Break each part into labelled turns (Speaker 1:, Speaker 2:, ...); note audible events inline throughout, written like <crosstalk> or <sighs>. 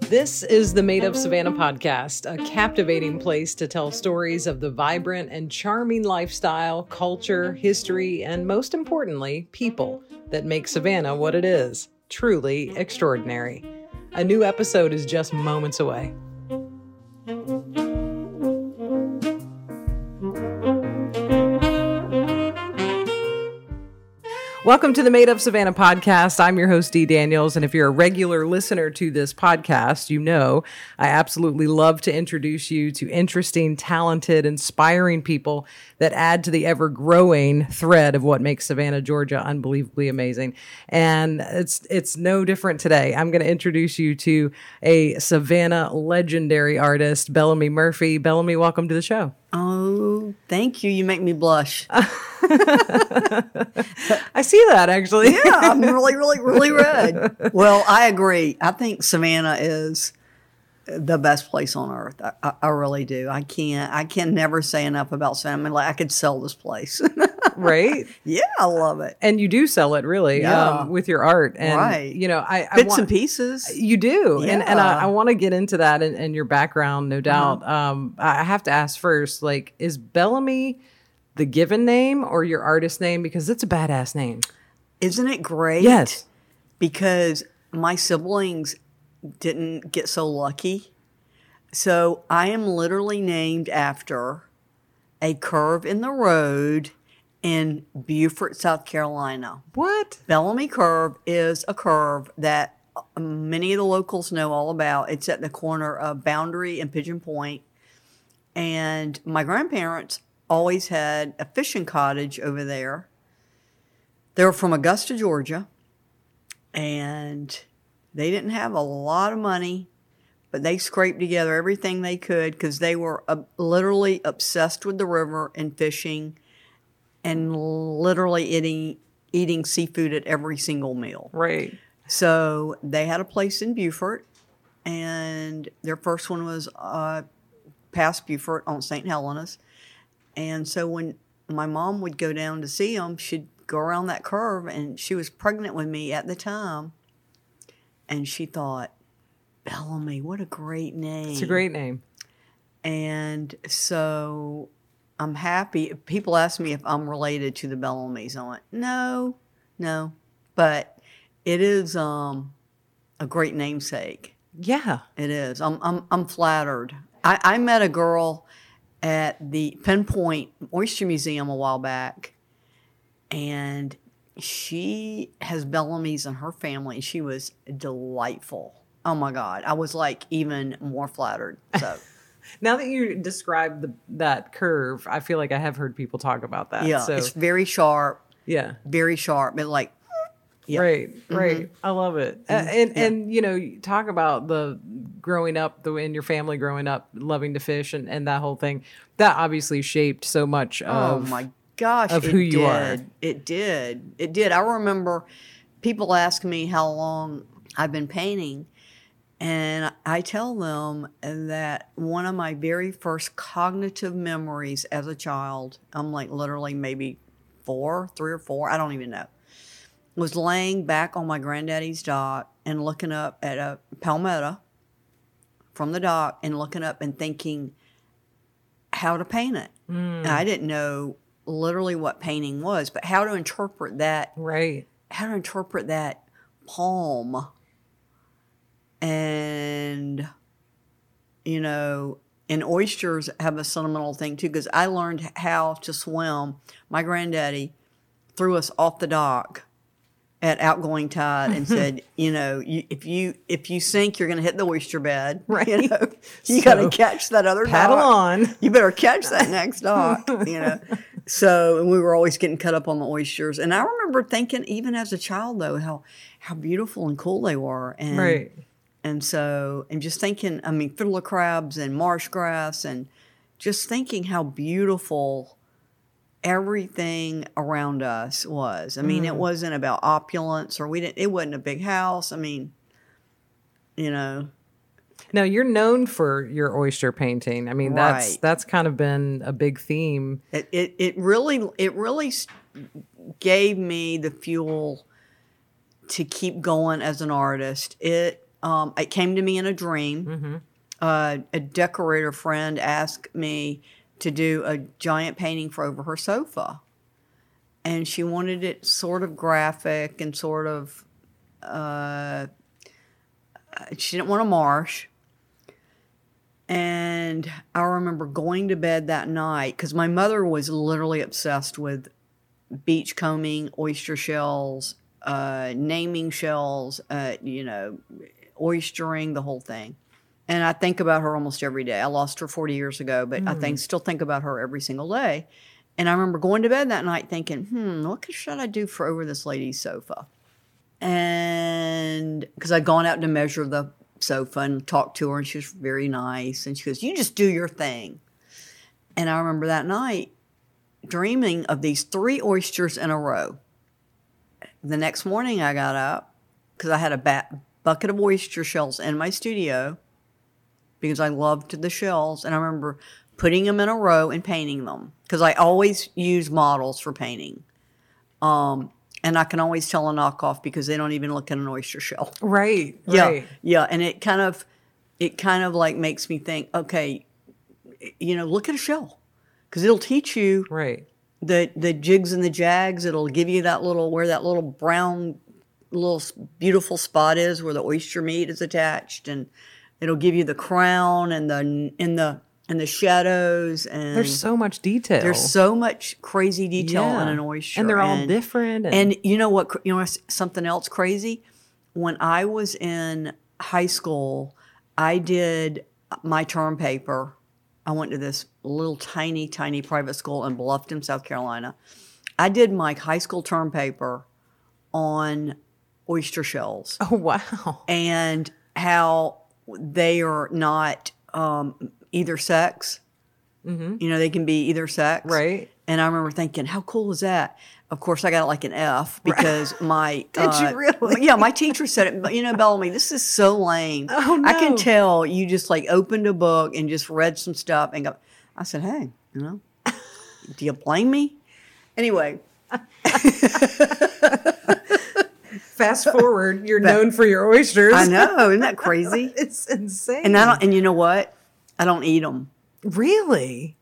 Speaker 1: This is the Made Up Savannah podcast, a captivating place to tell stories of the vibrant and charming lifestyle, culture, history, and most importantly, people that make Savannah what it is truly extraordinary. A new episode is just moments away. Welcome to the Made Up Savannah podcast. I'm your host, Dee Daniels. And if you're a regular listener to this podcast, you know I absolutely love to introduce you to interesting, talented, inspiring people that add to the ever growing thread of what makes Savannah, Georgia unbelievably amazing. And it's, it's no different today. I'm going to introduce you to a Savannah legendary artist, Bellamy Murphy. Bellamy, welcome to the show.
Speaker 2: Oh, thank you. You make me blush.
Speaker 1: I see that actually.
Speaker 2: yeah, <laughs> I'm really, really, really <laughs> red. Well, I agree. I think Savannah is the best place on earth. I, I, I really do. I can't. I can never say enough about Savannah. I mean, like I could sell this place.
Speaker 1: <laughs>
Speaker 2: <laughs>
Speaker 1: right?
Speaker 2: yeah, I love it.
Speaker 1: and you do sell it really
Speaker 2: Yeah.
Speaker 1: um, with your art and
Speaker 2: Right.
Speaker 1: you know i, I
Speaker 2: Bits
Speaker 1: want-
Speaker 2: and pieces.
Speaker 1: you do and, and i,
Speaker 2: Yeah.
Speaker 1: I
Speaker 2: Uh-huh.
Speaker 1: want to get into that and, and your background no doubt um, i I have to ask first like is bellamy the given name or your artist name because it's a badass name
Speaker 2: Isn't it great?
Speaker 1: yes
Speaker 2: because my siblings didn't get so lucky. So I am literally named after a curve in the road in Beaufort, South Carolina.
Speaker 1: what
Speaker 2: Bellamy Curve is a curve that uh, many of the locals know all about. It's at the corner of Boundary and Pigeon Point. And my grandparents always had a fishing cottage over there. They were from Augusta, Georgia, and they didn't have a lot of money, but they scraped together everything they could because they were uh, literally obsessed with the river and fishing and literally eating eating seafood at every single meal.
Speaker 1: right
Speaker 2: So they had a place in Beaufort, and their first one was uh, past Beaufort on St. Helena's. And so when my mom would go down to see them, she'd go around that curve, and she was pregnant with me at the time. And she thought, Bellamy, what a great name.
Speaker 1: it's a great name
Speaker 2: And so I'm happy. People ask me if I'm related to the Bellamy's. I went, no, no. But it is um, a great namesake.
Speaker 1: yeah
Speaker 2: It is. I'm, I'm, I'm flattered. I, I met a girl at the Pinpoint Oyster Museum a while back, and she has Bellamy's in her family. She was delightful. Oh my God. I was like even more flattered. So.
Speaker 1: now that you described the, that curve i feel like i have heard people talk about that
Speaker 2: Yeah,
Speaker 1: so
Speaker 2: it's very sharp,
Speaker 1: yeah
Speaker 2: very sharp, but like Yeah.
Speaker 1: Right, right. I love it. Mm-hmm. A- and and you know, you talk about the growing up, the way in your family growing up, loving to fish, and and that whole thing. That obviously shaped so much
Speaker 2: oh
Speaker 1: of
Speaker 2: my gosh,
Speaker 1: of
Speaker 2: it
Speaker 1: who you are.
Speaker 2: did. It did. It did. I remember people ask me how long I've been painting, and I tell them that one of my very first cognitive memories as a child, I'm like literally maybe four, three or four, I don't even know, was laying back on my granddaddy's dock and looking up at a palmetto from the dock and looking up and thinking how to paint it.
Speaker 1: Hmm.
Speaker 2: And I didn't know literally what painting was, but how to interpret that,
Speaker 1: right.
Speaker 2: how to interpret that palm. And, you know, and oysters have a sentimental thing too, because I learned how to swim. My granddaddy threw us off the dock at outgoing tide and said,
Speaker 1: <laughs>
Speaker 2: you know, you, if you if you sink, you're going to hit the oyster bed. <laughs>
Speaker 1: Right.
Speaker 2: You, know, you
Speaker 1: So,
Speaker 2: got to catch that other
Speaker 1: Paddle
Speaker 2: dock
Speaker 1: on.
Speaker 2: you better catch that next dock, you know. So, and we were always getting cut up on the oysters. And I remember thinking, even as a child, though, how how beautiful and cool they were. And,
Speaker 1: Right.
Speaker 2: And so, and just thinking, I mean, fiddler crabs and marsh grass, and just thinking how beautiful everything around us was. I mean, it wasn't about opulence or we didn't, it wasn't a big house. I mean, you know,
Speaker 1: Now you're known for your oyster painting. I mean, that's
Speaker 2: Right.
Speaker 1: that's kind of been a big theme.
Speaker 2: It, it, it really it really s- gave me the fuel to keep going as an artist. It um, it came to me in a dream. Uh, a decorator friend asked me to do a giant painting for over her sofa. And she wanted it sort of graphic and sort of, uh, she didn't want a marsh. And I remember going to bed that night because my mother was literally obsessed with beachcombing, oyster shells, uh, naming shells, uh, you know, oystering, the whole thing. And I think about her almost every day. I lost her 40 years ago, but I think still think about her every single day. And I remember going to bed that night thinking, hmm, what could- should I do for over this lady's sofa? And because I'd gone out to measure the sofa and talked to her, and she was very nice. And she goes, You just do your thing. And I remember that night dreaming of these three oysters in a row. The next morning, I got up because I had a ba- bucket of oyster shells in my studio because I loved the shells. And I remember putting them in a row and painting them because I always use models for painting. Um, and I can always tell a knockoff because they don't even look at an oyster shell.
Speaker 1: Right.
Speaker 2: Yeah,
Speaker 1: Right.
Speaker 2: yeah, and it kind of, it kind of like makes me think. Okay, you know, look at a shell, because it'll teach you
Speaker 1: Right.
Speaker 2: the the jigs and the jags. It'll give you that little where that little brown, little s- beautiful spot is where the oyster meat is attached, and it'll give you the crown and the in the and the shadows and
Speaker 1: There's so much detail.
Speaker 2: Mm-hmm. there's so much crazy detail in an oyster,
Speaker 1: And they're all different. And,
Speaker 2: and you know what? cr- You know what's- something else crazy. When I was in high school, I did my term paper. I went to this little tiny, tiny private school in Bluffton, South Carolina. I did my high school term paper on oyster shells
Speaker 1: <laughs> oh
Speaker 2: <laughs>
Speaker 1: wow.
Speaker 2: and how they are not um, either sex. You know, they can be either sex.
Speaker 1: Mm-hmm. Right.
Speaker 2: And I remember thinking, how cool is that? Of course, I got like an F
Speaker 1: <laughs>
Speaker 2: because my. Did
Speaker 1: you really?
Speaker 2: Yeah, my teacher said it. But you know, Bellamy, this is so lame.
Speaker 1: <laughs> Oh,
Speaker 2: I can
Speaker 1: no.
Speaker 2: tell you just like opened a book and just read some stuff and go. I said, hey, you know, do you blame me? Anyway,
Speaker 1: Fast forward, you're known for your oysters. <laughs>
Speaker 2: I know, isn't that crazy?
Speaker 1: it's insane.
Speaker 2: And I don't. And you know what? I don't eat them.
Speaker 1: really.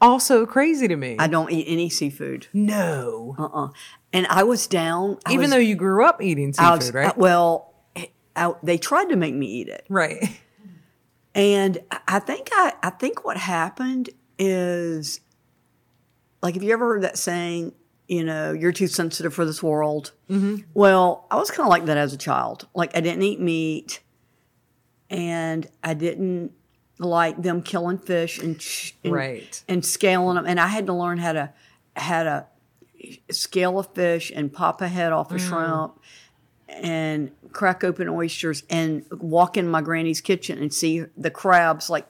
Speaker 1: Also crazy to me.
Speaker 2: I don't eat any seafood.
Speaker 1: no.
Speaker 2: Uh uh And I was down. I
Speaker 1: Even
Speaker 2: was,
Speaker 1: though you grew up eating seafood,
Speaker 2: I was,
Speaker 1: right?
Speaker 2: I- well, I- they tried to make me eat it,
Speaker 1: right.
Speaker 2: and I- I think I, I think what happened is, like, have you ever heard that saying? You know, you're too sensitive for this world. Well, I was kind of like that as a child. Like, I didn't eat meat, and I didn't like them killing fish and sh- <laughs> and,
Speaker 1: Right.
Speaker 2: and scaling them. And I had to learn how to how to scale a fish and pop a head off a
Speaker 1: Mm.
Speaker 2: shrimp and crack open oysters and walk in my granny's kitchen and see the crabs like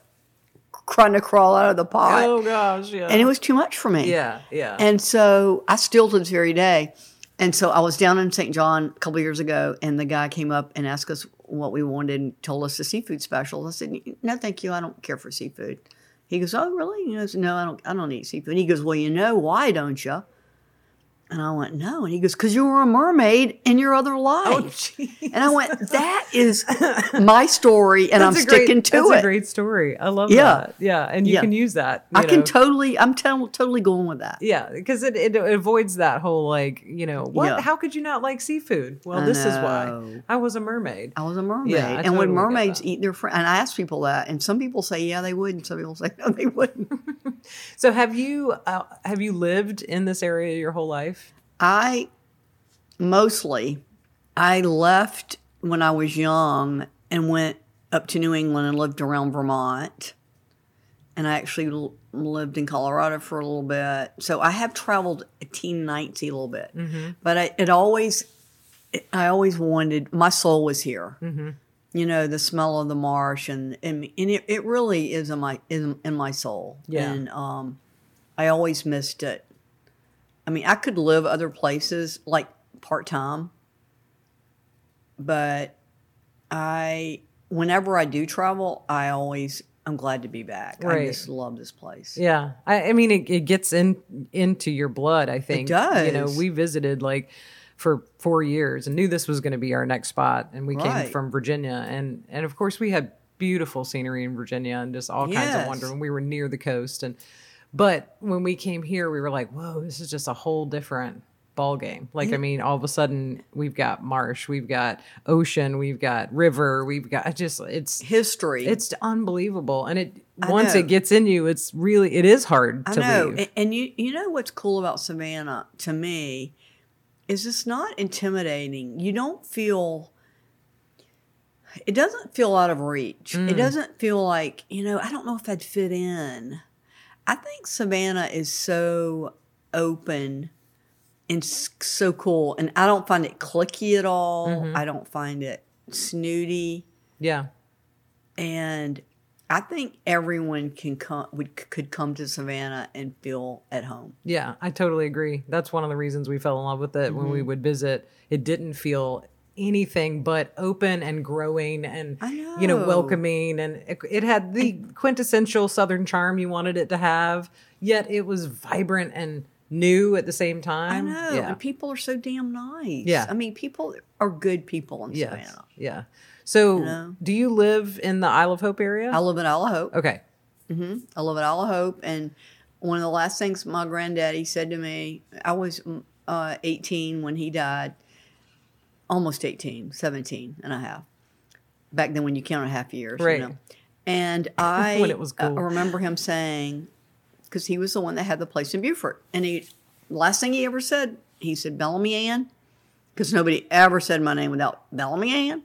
Speaker 2: trying to crawl out of the pot.
Speaker 1: Oh gosh, yeah.
Speaker 2: And it was too much for me.
Speaker 1: yeah, yeah.
Speaker 2: And so I still to this very day. And so I was down in St. John a couple years ago, and the guy came up and asked us what we wanted and told us the seafood special. I said, "No, thank you. I don't care for seafood." He goes, "Oh, really?" You know, I said, "No, I don't. I don't eat seafood." He goes, "Well, you know why, don't you?" And I went, "No." And he goes, "Because you were a mermaid in your other life."
Speaker 1: Oh, Jeez.
Speaker 2: and I went, "That is my story, and I'm
Speaker 1: That's a great-
Speaker 2: sticking to
Speaker 1: That's
Speaker 2: it."
Speaker 1: a great story. I love
Speaker 2: Yeah.
Speaker 1: that. Yeah, and you
Speaker 2: Yeah.
Speaker 1: can use that.
Speaker 2: I
Speaker 1: you
Speaker 2: can
Speaker 1: know.
Speaker 2: totally. I'm to- totally going with that.
Speaker 1: Yeah, because it, it avoids that whole like you know what?
Speaker 2: Yeah.
Speaker 1: How could you not like seafood? Well,
Speaker 2: I
Speaker 1: this is
Speaker 2: know.
Speaker 1: why I was a mermaid.
Speaker 2: I was a mermaid.
Speaker 1: Yeah, I
Speaker 2: and
Speaker 1: totally
Speaker 2: would
Speaker 1: get
Speaker 2: mermaids
Speaker 1: that.
Speaker 2: eat their friends? And I asked people that, and some people say, yeah, they would, and some people say, <laughs> no, they wouldn't.
Speaker 1: So have you uh, have you lived in this area your whole life?
Speaker 2: I mostly, I left when I was young and went up to New England and lived around Vermont. And I actually l- lived in Colorado for a little bit. So I have traveled a teen nights a little bit. But I, it always, it, I always wanted, my soul was here. you know the smell of the marsh and and, and it, it really is in my is in my soul
Speaker 1: Yeah.
Speaker 2: and um i always missed it i mean i could live other places like part-time but i whenever i do travel i always i'm glad to be back i
Speaker 1: Right.
Speaker 2: just love this place
Speaker 1: Yeah, I, I mean it, it gets in into your blood. I think you know
Speaker 2: does.
Speaker 1: we visited like for four years and knew this was going to be our next spot. And we
Speaker 2: Right.
Speaker 1: came from Virginia, and and of course we had beautiful scenery in Virginia and just all kinds of
Speaker 2: Yes.
Speaker 1: wonder. And we were near the coast, and but when we came here, we were like, whoa, this is just a whole different ball game. Like, I mean, all of a sudden we've got marsh, we've got ocean, we've got river, we've got I just it's
Speaker 2: History.
Speaker 1: it's unbelievable. And it once it
Speaker 2: know.
Speaker 1: gets in you, it's really it is hard
Speaker 2: I
Speaker 1: to
Speaker 2: know.
Speaker 1: leave.
Speaker 2: And, and you you know what's cool about Savannah to me is it's not intimidating. You don't feel it doesn't feel out of reach.
Speaker 1: Mm.
Speaker 2: It doesn't feel like, you know, I don't know if I'd fit in. I think Savannah is so open and s- so cool and I don't find it clicky at all.
Speaker 1: Mm-hmm.
Speaker 2: I don't find it snooty
Speaker 1: yeah.
Speaker 2: and I think everyone can come would could come to Savannah and feel at home.
Speaker 1: Yeah, I totally agree. That's one of the reasons we fell in love with it when
Speaker 2: Mm-hmm.
Speaker 1: we would visit. It didn't feel anything but open and growing and
Speaker 2: I
Speaker 1: you know
Speaker 2: know.
Speaker 1: welcoming and it, it had the quintessential southern charm you wanted it to have yet it was vibrant and new at the same
Speaker 2: I
Speaker 1: time
Speaker 2: know,
Speaker 1: Mm, yeah
Speaker 2: and people are so damn nice.
Speaker 1: Yeah.
Speaker 2: I mean, people are good people in
Speaker 1: yes
Speaker 2: Savannah.
Speaker 1: yeah so
Speaker 2: know?
Speaker 1: do you live in the isle of hope area
Speaker 2: I live in Isle of Hope.
Speaker 1: okay
Speaker 2: hmm I live in Isle of Hope, and one of the last things my granddaddy said to me, I was mm, uh, 18 when he died, almost 18, 17 and a half. Back then, when you count a half years, you
Speaker 1: Right.
Speaker 2: know. And I
Speaker 1: <laughs> When it was
Speaker 2: uh,
Speaker 1: cool.
Speaker 2: remember him saying, because he was the one that had the place in Beaufort, and he last thing he ever said, he said Bellamy Ann, because nobody ever said my name without
Speaker 1: <laughs>
Speaker 2: Bellamy Ann.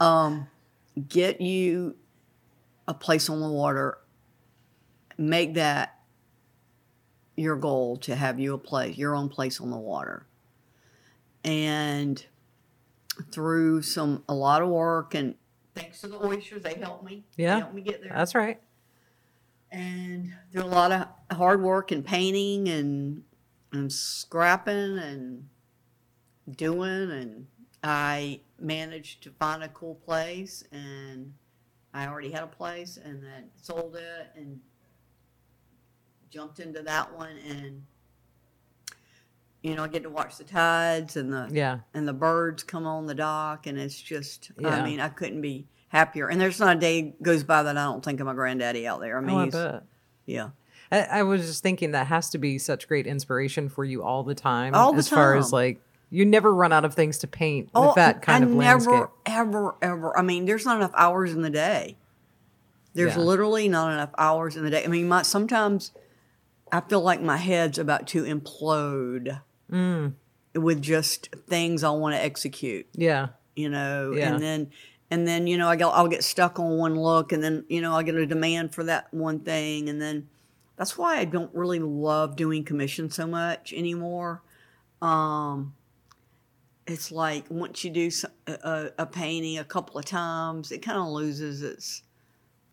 Speaker 2: um, get you a place on the water. Make that your goal to have you a place, your own place on the water. And through some a lot of work and thanks to the oysters, they helped me.
Speaker 1: Yeah.
Speaker 2: they helped me get there.
Speaker 1: that's right
Speaker 2: and through a lot of hard work and painting and and scrapping and doing and I managed to find a cool place and I already had a place and then sold it and jumped into that one and you know I get to watch the tides and the
Speaker 1: yeah
Speaker 2: and the birds come on the dock and it's just
Speaker 1: Yeah.
Speaker 2: I mean I couldn't be happier and there's not a day goes by that I don't think of my granddaddy out there I mean
Speaker 1: oh, I
Speaker 2: he's-
Speaker 1: bet.
Speaker 2: yeah
Speaker 1: I, I was just thinking that has to be such great inspiration for you all the time.
Speaker 2: All the
Speaker 1: as far as
Speaker 2: time. Oh,
Speaker 1: like you never run out of things to paint with that kind
Speaker 2: I
Speaker 1: of
Speaker 2: never
Speaker 1: landscape.
Speaker 2: ever ever I mean there's not enough hours in the day there's
Speaker 1: Yeah.
Speaker 2: literally not enough hours in the day I mean my sometimes I feel like my head's about to implode
Speaker 1: Mm.
Speaker 2: with just things I want to execute
Speaker 1: Yeah.
Speaker 2: you know
Speaker 1: Yeah.
Speaker 2: and then and then you know i go i'll get stuck on one look and then you know i get a demand for that one thing and then that's why i don't really love doing commission so much anymore um it's like once you do so- a, a, a painting a couple of times it kind of loses its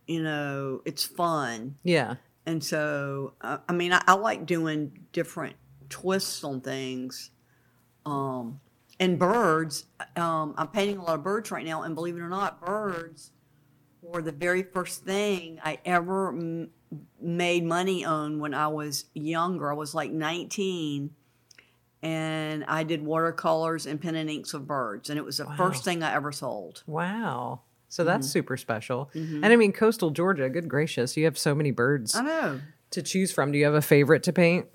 Speaker 2: you know it's fun
Speaker 1: Yeah.
Speaker 2: and so uh, i mean I, I like doing different twists on things um and birds um i'm painting a lot of birds right now and believe it or not birds were the very first thing i ever m- made money on when i was younger i was like 19 and i did watercolors and pen and inks of birds and it was the first thing i ever sold
Speaker 1: Wow. So that's
Speaker 2: Mm-hmm.
Speaker 1: super special. And I mean coastal Georgia, good gracious, you have so many birds
Speaker 2: i know
Speaker 1: to choose from. Do you have a favorite to paint?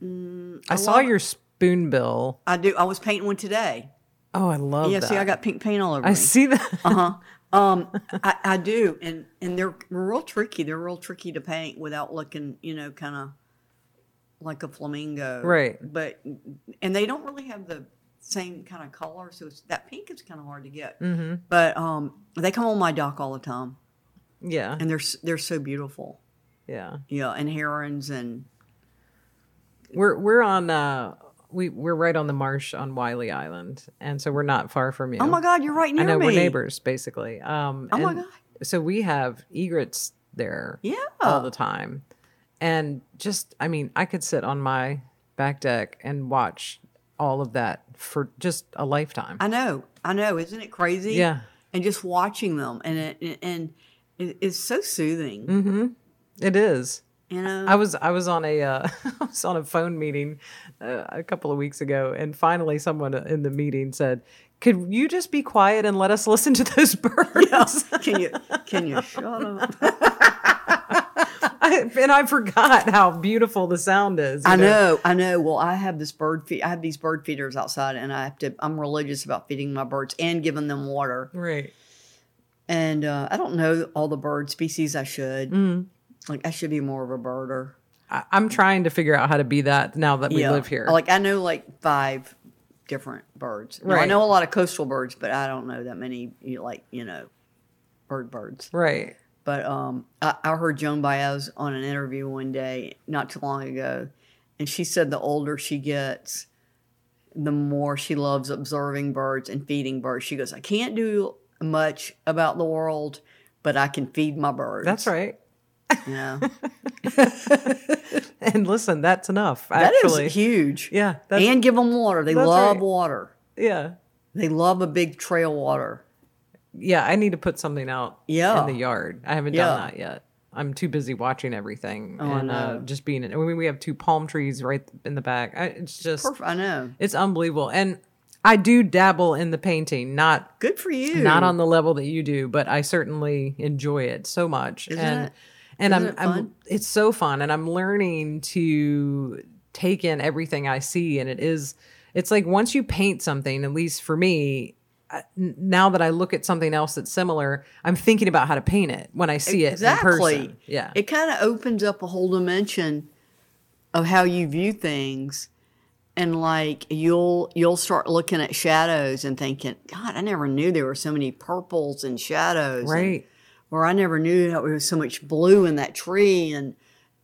Speaker 2: Mm,
Speaker 1: I, saw
Speaker 2: love-
Speaker 1: your spoonbill.
Speaker 2: i do i was painting one today
Speaker 1: Oh, I love
Speaker 2: yeah
Speaker 1: that.
Speaker 2: see i got pink paint all over
Speaker 1: I
Speaker 2: me.
Speaker 1: see that. <laughs>
Speaker 2: Uh-huh. Um, I, I do, and and they're real tricky. They're real tricky to paint without looking, you know, kind of like a flamingo,
Speaker 1: Right.
Speaker 2: But and they don't really have the same kind of color, so it's, that pink is kind of hard to get.
Speaker 1: Mm-hmm.
Speaker 2: But um, they come on my dock all the time,
Speaker 1: yeah.
Speaker 2: and they're s- they're so beautiful.
Speaker 1: Yeah.
Speaker 2: Yeah, and herons and
Speaker 1: We're we're on uh we we're right on the marsh on Wiley Island. And so we're not far from you.
Speaker 2: oh my God, you're right near
Speaker 1: I know
Speaker 2: me.
Speaker 1: we're neighbors basically. Um,
Speaker 2: Oh my
Speaker 1: and
Speaker 2: God.
Speaker 1: So we have egrets there
Speaker 2: Yeah.
Speaker 1: all the time, and just I mean, I could sit on my back deck and watch all of that for just a lifetime.
Speaker 2: I know, I know. Isn't it crazy?
Speaker 1: Yeah.
Speaker 2: And just
Speaker 1: Mm-hmm.
Speaker 2: watching them, and it, and it, it's so soothing.
Speaker 1: It is.
Speaker 2: You know,
Speaker 1: I was I was on a uh, <laughs> I was on a phone meeting uh, a couple of weeks ago, and finally someone in the meeting said, "Could you just be quiet and let us listen to those <laughs> birds?"
Speaker 2: <laughs> can you can you shut up?
Speaker 1: <laughs> I, and I forgot how beautiful the sound is. you
Speaker 2: I know, I know. Well, I have this bird feed. I have these bird feeders outside, and I have to. I'm religious about feeding my birds and giving them water.
Speaker 1: Right.
Speaker 2: And uh, I don't know all the bird species. I should.
Speaker 1: Mm.
Speaker 2: Like I should be more of a birder.
Speaker 1: I, I'm trying to figure out how to be that now that we live here.
Speaker 2: Like I know like five different birds. Now, I
Speaker 1: Right.
Speaker 2: know a lot of coastal birds, but I don't know that many. You like you know, bird birds.
Speaker 1: right.
Speaker 2: But um, I, I heard Joan Baez on an interview one day not too long ago, and she said the older she gets, the more she loves observing birds and feeding birds. She goes, I can't do much about the world, but I can feed my birds.
Speaker 1: That's right. <laughs>
Speaker 2: You know?
Speaker 1: And listen, that's enough.
Speaker 2: that is
Speaker 1: Actually,
Speaker 2: huge.
Speaker 1: yeah. That's,
Speaker 2: And give them water. They
Speaker 1: That's
Speaker 2: love
Speaker 1: right.
Speaker 2: water.
Speaker 1: yeah.
Speaker 2: They love a big trail water.
Speaker 1: Yeah. I need to put something out
Speaker 2: Yeah.
Speaker 1: in the yard. I haven't
Speaker 2: Yeah. Oh,
Speaker 1: done that yet. I'm too busy watching everything
Speaker 2: I
Speaker 1: and uh,
Speaker 2: know.
Speaker 1: just being. in- I mean, we have two palm trees right in the back. I, it's just,
Speaker 2: Perf- I know.
Speaker 1: it's unbelievable. And I do dabble in the painting, not
Speaker 2: Good for you.
Speaker 1: not on the level that you do, but I certainly enjoy it so much.
Speaker 2: Isn't
Speaker 1: and
Speaker 2: it-
Speaker 1: and I'm,
Speaker 2: isn't it fun?
Speaker 1: I'm it's so fun and I'm learning to take in everything I see and it is it's like once you paint something at least for me I- n- now that I look at something else that's similar, I'm thinking about how to paint it when I see it in
Speaker 2: Exactly.
Speaker 1: person. Yeah.
Speaker 2: It kind of opens up a whole dimension of how you view things and like you'll you'll start looking at shadows and thinking, God, I never knew there were so many purples and shadows. and-
Speaker 1: right.
Speaker 2: or I never knew that there was so much blue in that tree. And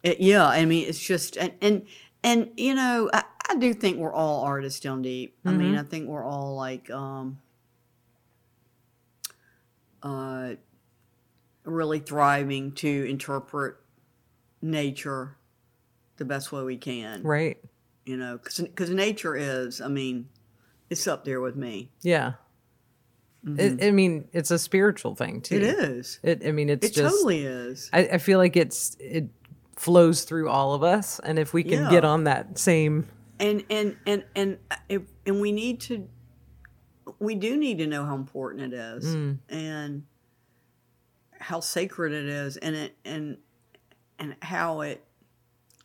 Speaker 2: it, yeah, I mean, it's just and and, and you know, I, I do think we're all artists down deep. I
Speaker 1: Mm-hmm.
Speaker 2: mean, I think we're all like um, uh, really thriving to interpret nature the best way we can.
Speaker 1: Right.
Speaker 2: You know, because nature is, I mean, it's up there with me.
Speaker 1: Yeah. It, I mean, it's a spiritual thing too.
Speaker 2: Mm-hmm. It is.
Speaker 1: It, I mean, it's
Speaker 2: It
Speaker 1: just
Speaker 2: totally is.
Speaker 1: I, I feel like it's it flows through all of us, and if we can
Speaker 2: Yeah.
Speaker 1: get on that same,
Speaker 2: and and and and if, and we need to we do need to know how important it is and how sacred it is and it and and how it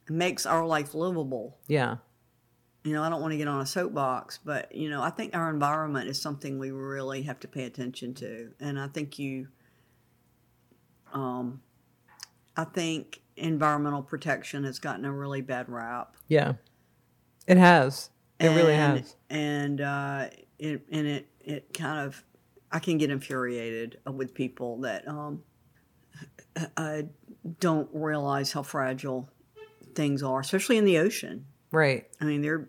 Speaker 2: makes our life livable
Speaker 1: yeah,
Speaker 2: you know i don't want to get on a soapbox but you know i think our environment is something we really have to pay attention to and i think you um i think environmental protection has gotten a really bad rap
Speaker 1: yeah, it has. It really
Speaker 2: and-
Speaker 1: has.
Speaker 2: And uh, it and it it kind of I can get infuriated with people that um, uh, don't realize how fragile things are, especially in the ocean.
Speaker 1: Right.
Speaker 2: I mean, they're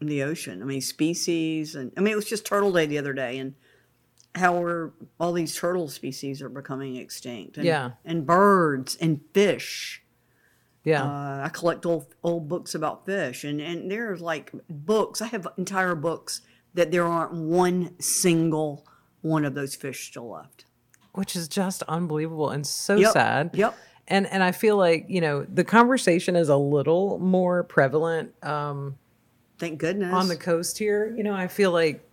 Speaker 2: in the ocean. I mean, species and I mean, it was just Turtle Day the other day, and how we're all these turtle species are becoming extinct. And,
Speaker 1: Yeah.
Speaker 2: and birds and fish.
Speaker 1: Yeah.
Speaker 2: Uh, I collect old old books about fish, and and there's like books. I have entire books that there aren't one single one of those fish still left.
Speaker 1: Which is just unbelievable and so
Speaker 2: Yep.
Speaker 1: sad.
Speaker 2: Yep.
Speaker 1: And and I feel like, you know, the conversation is a little more prevalent um
Speaker 2: Thank goodness.
Speaker 1: on the coast here, you know, I feel like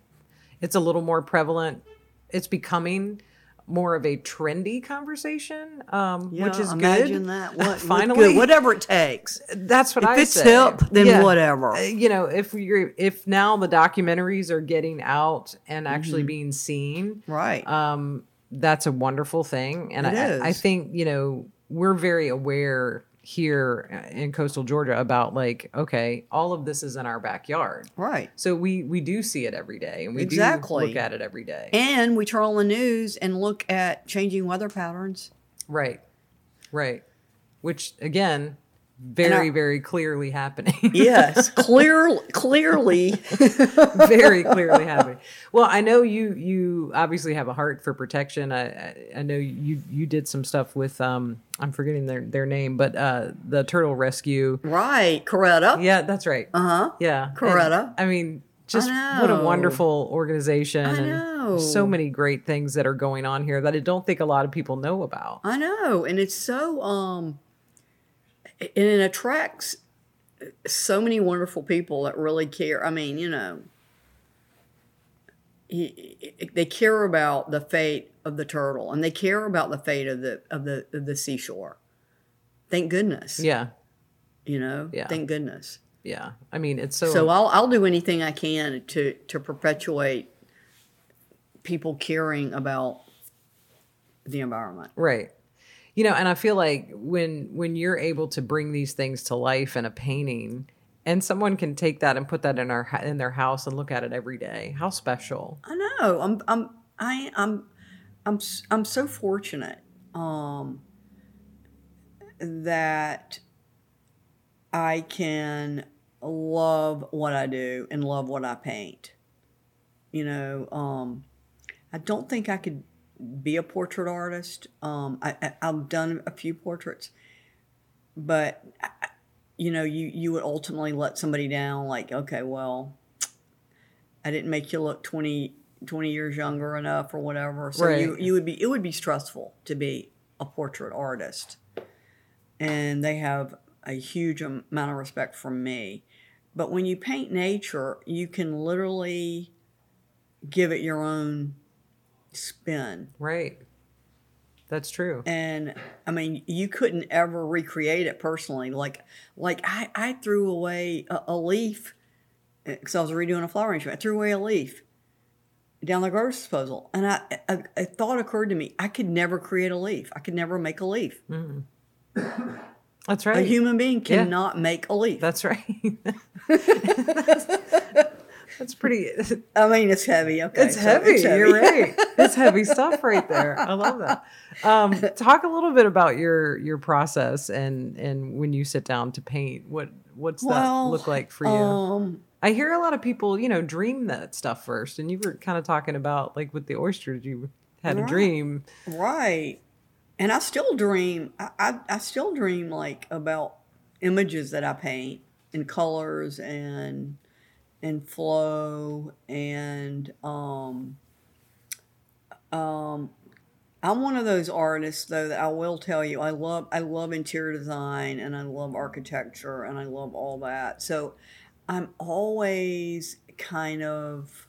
Speaker 1: it's a little more prevalent. It's becoming more of a trendy conversation, um,
Speaker 2: Yeah,
Speaker 1: which is
Speaker 2: imagine
Speaker 1: good.
Speaker 2: that. What,
Speaker 1: <laughs> Finally,
Speaker 2: Finally, whatever it takes.
Speaker 1: That's what I
Speaker 2: If it's
Speaker 1: say.
Speaker 2: hip, then
Speaker 1: Yeah.
Speaker 2: whatever.
Speaker 1: Uh, You know, if you're if now the documentaries are getting out and actually being seen,
Speaker 2: Mm-hmm. Right.
Speaker 1: um, that's a wonderful thing. And
Speaker 2: It
Speaker 1: I, I
Speaker 2: is.
Speaker 1: think, you know, we're very aware here uh, in coastal Georgia about like, okay, all of this is in our backyard.
Speaker 2: right.
Speaker 1: So we we do see it every day and we
Speaker 2: Exactly.
Speaker 1: do look at it every day.
Speaker 2: And we turn on the news and look at changing weather patterns.
Speaker 1: right. Right. Which again, very,
Speaker 2: I-
Speaker 1: very clearly happening.
Speaker 2: Yes, <laughs> clear,
Speaker 1: <laughs>
Speaker 2: clearly.
Speaker 1: very clearly happening. Well, I know you you obviously have a heart for protection. I I, I know you you did some stuff with um I'm forgetting their their name, but uh the turtle rescue.
Speaker 2: right, Coretta.
Speaker 1: Yeah, that's right.
Speaker 2: Uh huh.
Speaker 1: Yeah. And,
Speaker 2: Coretta.
Speaker 1: I mean, just
Speaker 2: I
Speaker 1: what a
Speaker 2: know.
Speaker 1: wonderful organization
Speaker 2: I know.
Speaker 1: and so many great things that are
Speaker 2: Uh-huh.
Speaker 1: going on here that I don't think a lot of people know about.
Speaker 2: I know, and it's so um and it attracts so many wonderful people that really care. I mean, you know, he- he- they care about the fate of the turtle and they care about the fate of the of the of the seashore. Thank goodness.
Speaker 1: Yeah.
Speaker 2: You know.
Speaker 1: Yeah.
Speaker 2: Thank goodness.
Speaker 1: Yeah. I mean, it's so,
Speaker 2: So I'll I'll do anything I can to to perpetuate people caring about the environment.
Speaker 1: right. You know, and I feel like when when you're able to bring these things to life in a painting and someone can take that and put that in our in their house and look at it every day. How special.
Speaker 2: I know. I'm I'm I I'm I'm s- I'm so fortunate um that I can love what I do and love what I paint. You know, um I don't think I could be a portrait artist. Um I, I I've done a few portraits, but I- I- you know, you you would ultimately let somebody down like, okay, well, I didn't make you look 20, 20 years younger enough or whatever. So you,
Speaker 1: Right.
Speaker 2: you would be it would be stressful to be a portrait artist. And they have a huge amount of respect for me. But when you paint nature, you can literally give it your own spin.
Speaker 1: Right. That's true.
Speaker 2: And I mean, you couldn't ever recreate it personally. Like, like I, I threw away a, a leaf because I was redoing a flower arrangement. I threw away a leaf down the garbage disposal, and I, a, a thought occurred to me: I could never create a leaf. I could never make a leaf.
Speaker 1: That's
Speaker 2: A
Speaker 1: right.
Speaker 2: human being cannot make a leaf.
Speaker 1: That's right. <laughs> that's pretty
Speaker 2: I mean, it's heavy. Okay,
Speaker 1: It's
Speaker 2: so
Speaker 1: heavy. You're
Speaker 2: heavy.
Speaker 1: right. It's heavy stuff right there. I love that. Um, talk a little bit about your your process and and when you sit down to paint. What what's that
Speaker 2: <laughs> Well,
Speaker 1: look like for you?
Speaker 2: Um,
Speaker 1: I hear a lot of people, you know, dream that stuff first, and you were kind of talking about like with the oysters, you had a
Speaker 2: Right.
Speaker 1: dream.
Speaker 2: Right. And I still dream. I, I, I still dream like about images that I paint and colors and and flow and um um I'm one of those artists though that I will tell you I love I love interior design and I love architecture and I love all that. So I'm always kind of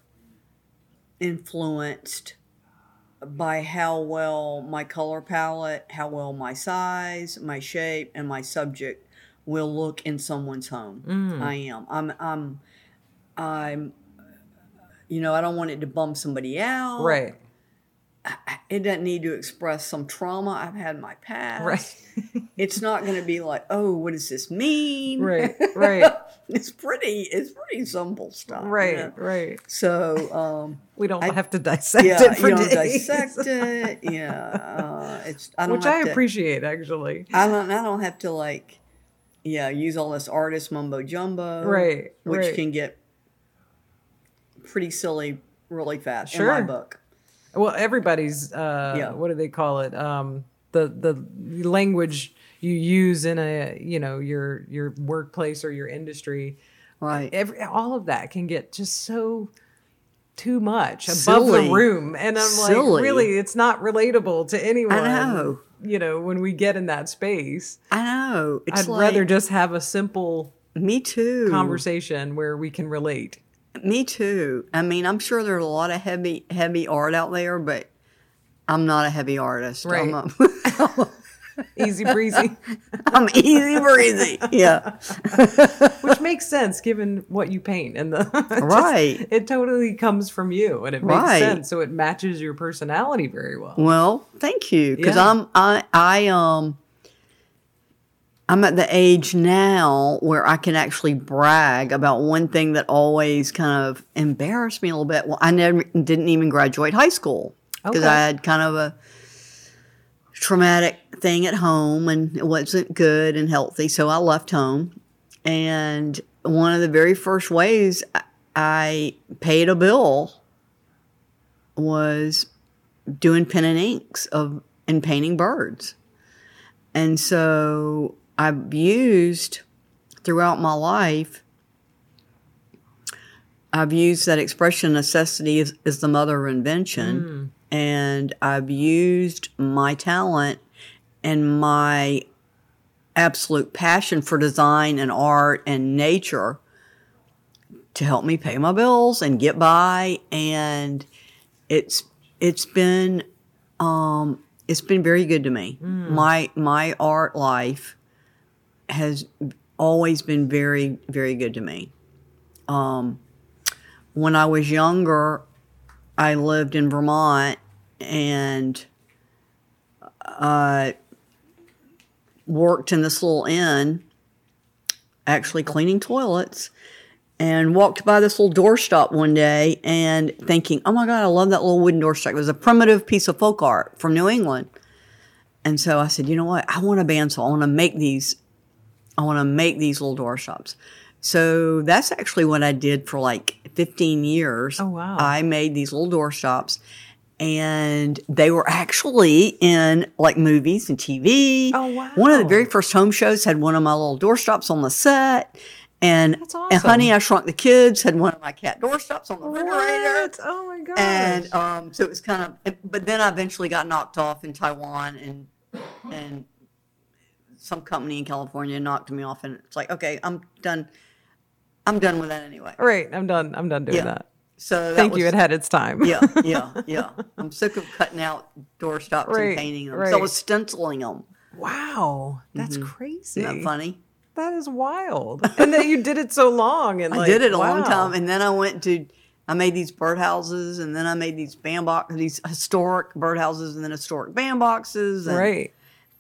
Speaker 2: influenced by how well my color palette, how well my size, my shape, and my subject will look in someone's home. I am. I'm. I'm. I'm. You know, I don't want it to bum somebody out.
Speaker 1: Right.
Speaker 2: It doesn't need to express some trauma I've had in my past. <laughs>
Speaker 1: Right.
Speaker 2: It's not going to be like, oh, what does this mean?
Speaker 1: Right. Right.
Speaker 2: <laughs> it's pretty. It's pretty simple stuff. you know?
Speaker 1: Right. Right. <laughs>
Speaker 2: So. um
Speaker 1: We don't
Speaker 2: I-
Speaker 1: have to dissect
Speaker 2: yeah,
Speaker 1: it for
Speaker 2: you don't
Speaker 1: days. <laughs>
Speaker 2: dissect it. Yeah, uh, it's I don't
Speaker 1: which I
Speaker 2: have to,
Speaker 1: appreciate actually.
Speaker 2: I don't I don't have to like yeah use all this artist mumbo jumbo
Speaker 1: Right,
Speaker 2: which
Speaker 1: right.
Speaker 2: can get pretty silly really fast in
Speaker 1: Sure.
Speaker 2: my book.
Speaker 1: Well, everybody's uh,
Speaker 2: Yeah.
Speaker 1: what do they call it? Um, the the language you use in a you know your your workplace or your industry.
Speaker 2: Right.
Speaker 1: Every all of that can get just so too much above
Speaker 2: Silly.
Speaker 1: the room, and I'm like,
Speaker 2: Silly.
Speaker 1: really, it's not relatable to anyone.
Speaker 2: know.
Speaker 1: You know, when we get in that space,
Speaker 2: I know. It's
Speaker 1: I'd
Speaker 2: like,
Speaker 1: rather just have a simple
Speaker 2: me too.
Speaker 1: conversation where we can relate.
Speaker 2: Me too. I mean, I'm sure there's a lot of heavy heavy art out there, but I'm not a heavy artist. I'm
Speaker 1: Right.
Speaker 2: a- <laughs>
Speaker 1: Easy breezy,
Speaker 2: I'm
Speaker 1: <laughs>
Speaker 2: easy breezy. Yeah.
Speaker 1: which makes sense given what you paint and the <laughs>
Speaker 2: Right.
Speaker 1: it totally comes from you and it makes
Speaker 2: Right.
Speaker 1: sense so it matches your personality very well
Speaker 2: Well, thank you, because
Speaker 1: Yeah.
Speaker 2: I'm I I um I'm at the age now where I can actually brag about one thing that always kind of embarrassed me a little bit. Well, I never didn't even graduate high school because
Speaker 1: Okay.
Speaker 2: I had kind of a traumatic thing at home and it wasn't good and healthy, so I left home. And one of the very first ways I- I paid a bill was doing pen and inks of and painting birds. And so I've used throughout my life I've used that expression necessity is, is the mother of invention. And I've used my talent and my absolute passion for design and art and nature to help me pay my bills and get by and it's it's been um it's been very good to me my my art life has always been very very good to me um when i was younger i lived in vermont and uh worked in this little inn, actually cleaning toilets, and walked by this little doorstop one day and thinking, oh my God, I love that little wooden doorstop. It was a primitive piece of folk art from New England. And so I said, you know what? I want a bandsaw. I want to make these. I want to make these little doorstops. So that's actually what I did for like 15 years.
Speaker 1: Oh, wow.
Speaker 2: I made these little doorstops and they were actually in like movies and TV.
Speaker 1: Oh, wow.
Speaker 2: One of the very first home shows had one of my little doorstops on the set. And,
Speaker 1: That's
Speaker 2: and
Speaker 1: awesome.
Speaker 2: Honey, I Shrunk the Kids had one of my cat doorstops on the refrigerator.
Speaker 1: What? Oh my gosh.
Speaker 2: And um, so it was kind of, but then I eventually got knocked off in Taiwan and, and some company in California knocked me off. And it's like, okay, I'm done. I'm done with that anyway.
Speaker 1: All right, I'm done. I'm done doing
Speaker 2: Yeah.
Speaker 1: that.
Speaker 2: So that
Speaker 1: Thank you.
Speaker 2: was-
Speaker 1: It had its time.
Speaker 2: <laughs> yeah, yeah, yeah. I'm sick of cutting out doorstops
Speaker 1: Right,
Speaker 2: and painting them. So I
Speaker 1: right.
Speaker 2: was stenciling them.
Speaker 1: Wow, that's crazy.
Speaker 2: Mm-hmm. Isn't that funny?
Speaker 1: That is wild. and that you did it so long. And
Speaker 2: I
Speaker 1: like,
Speaker 2: did it a long
Speaker 1: wow.
Speaker 2: time, <laughs> and then I went to. I made these birdhouses, and then I made these bandbox, these historic birdhouses, and then historic bandboxes, and,
Speaker 1: right.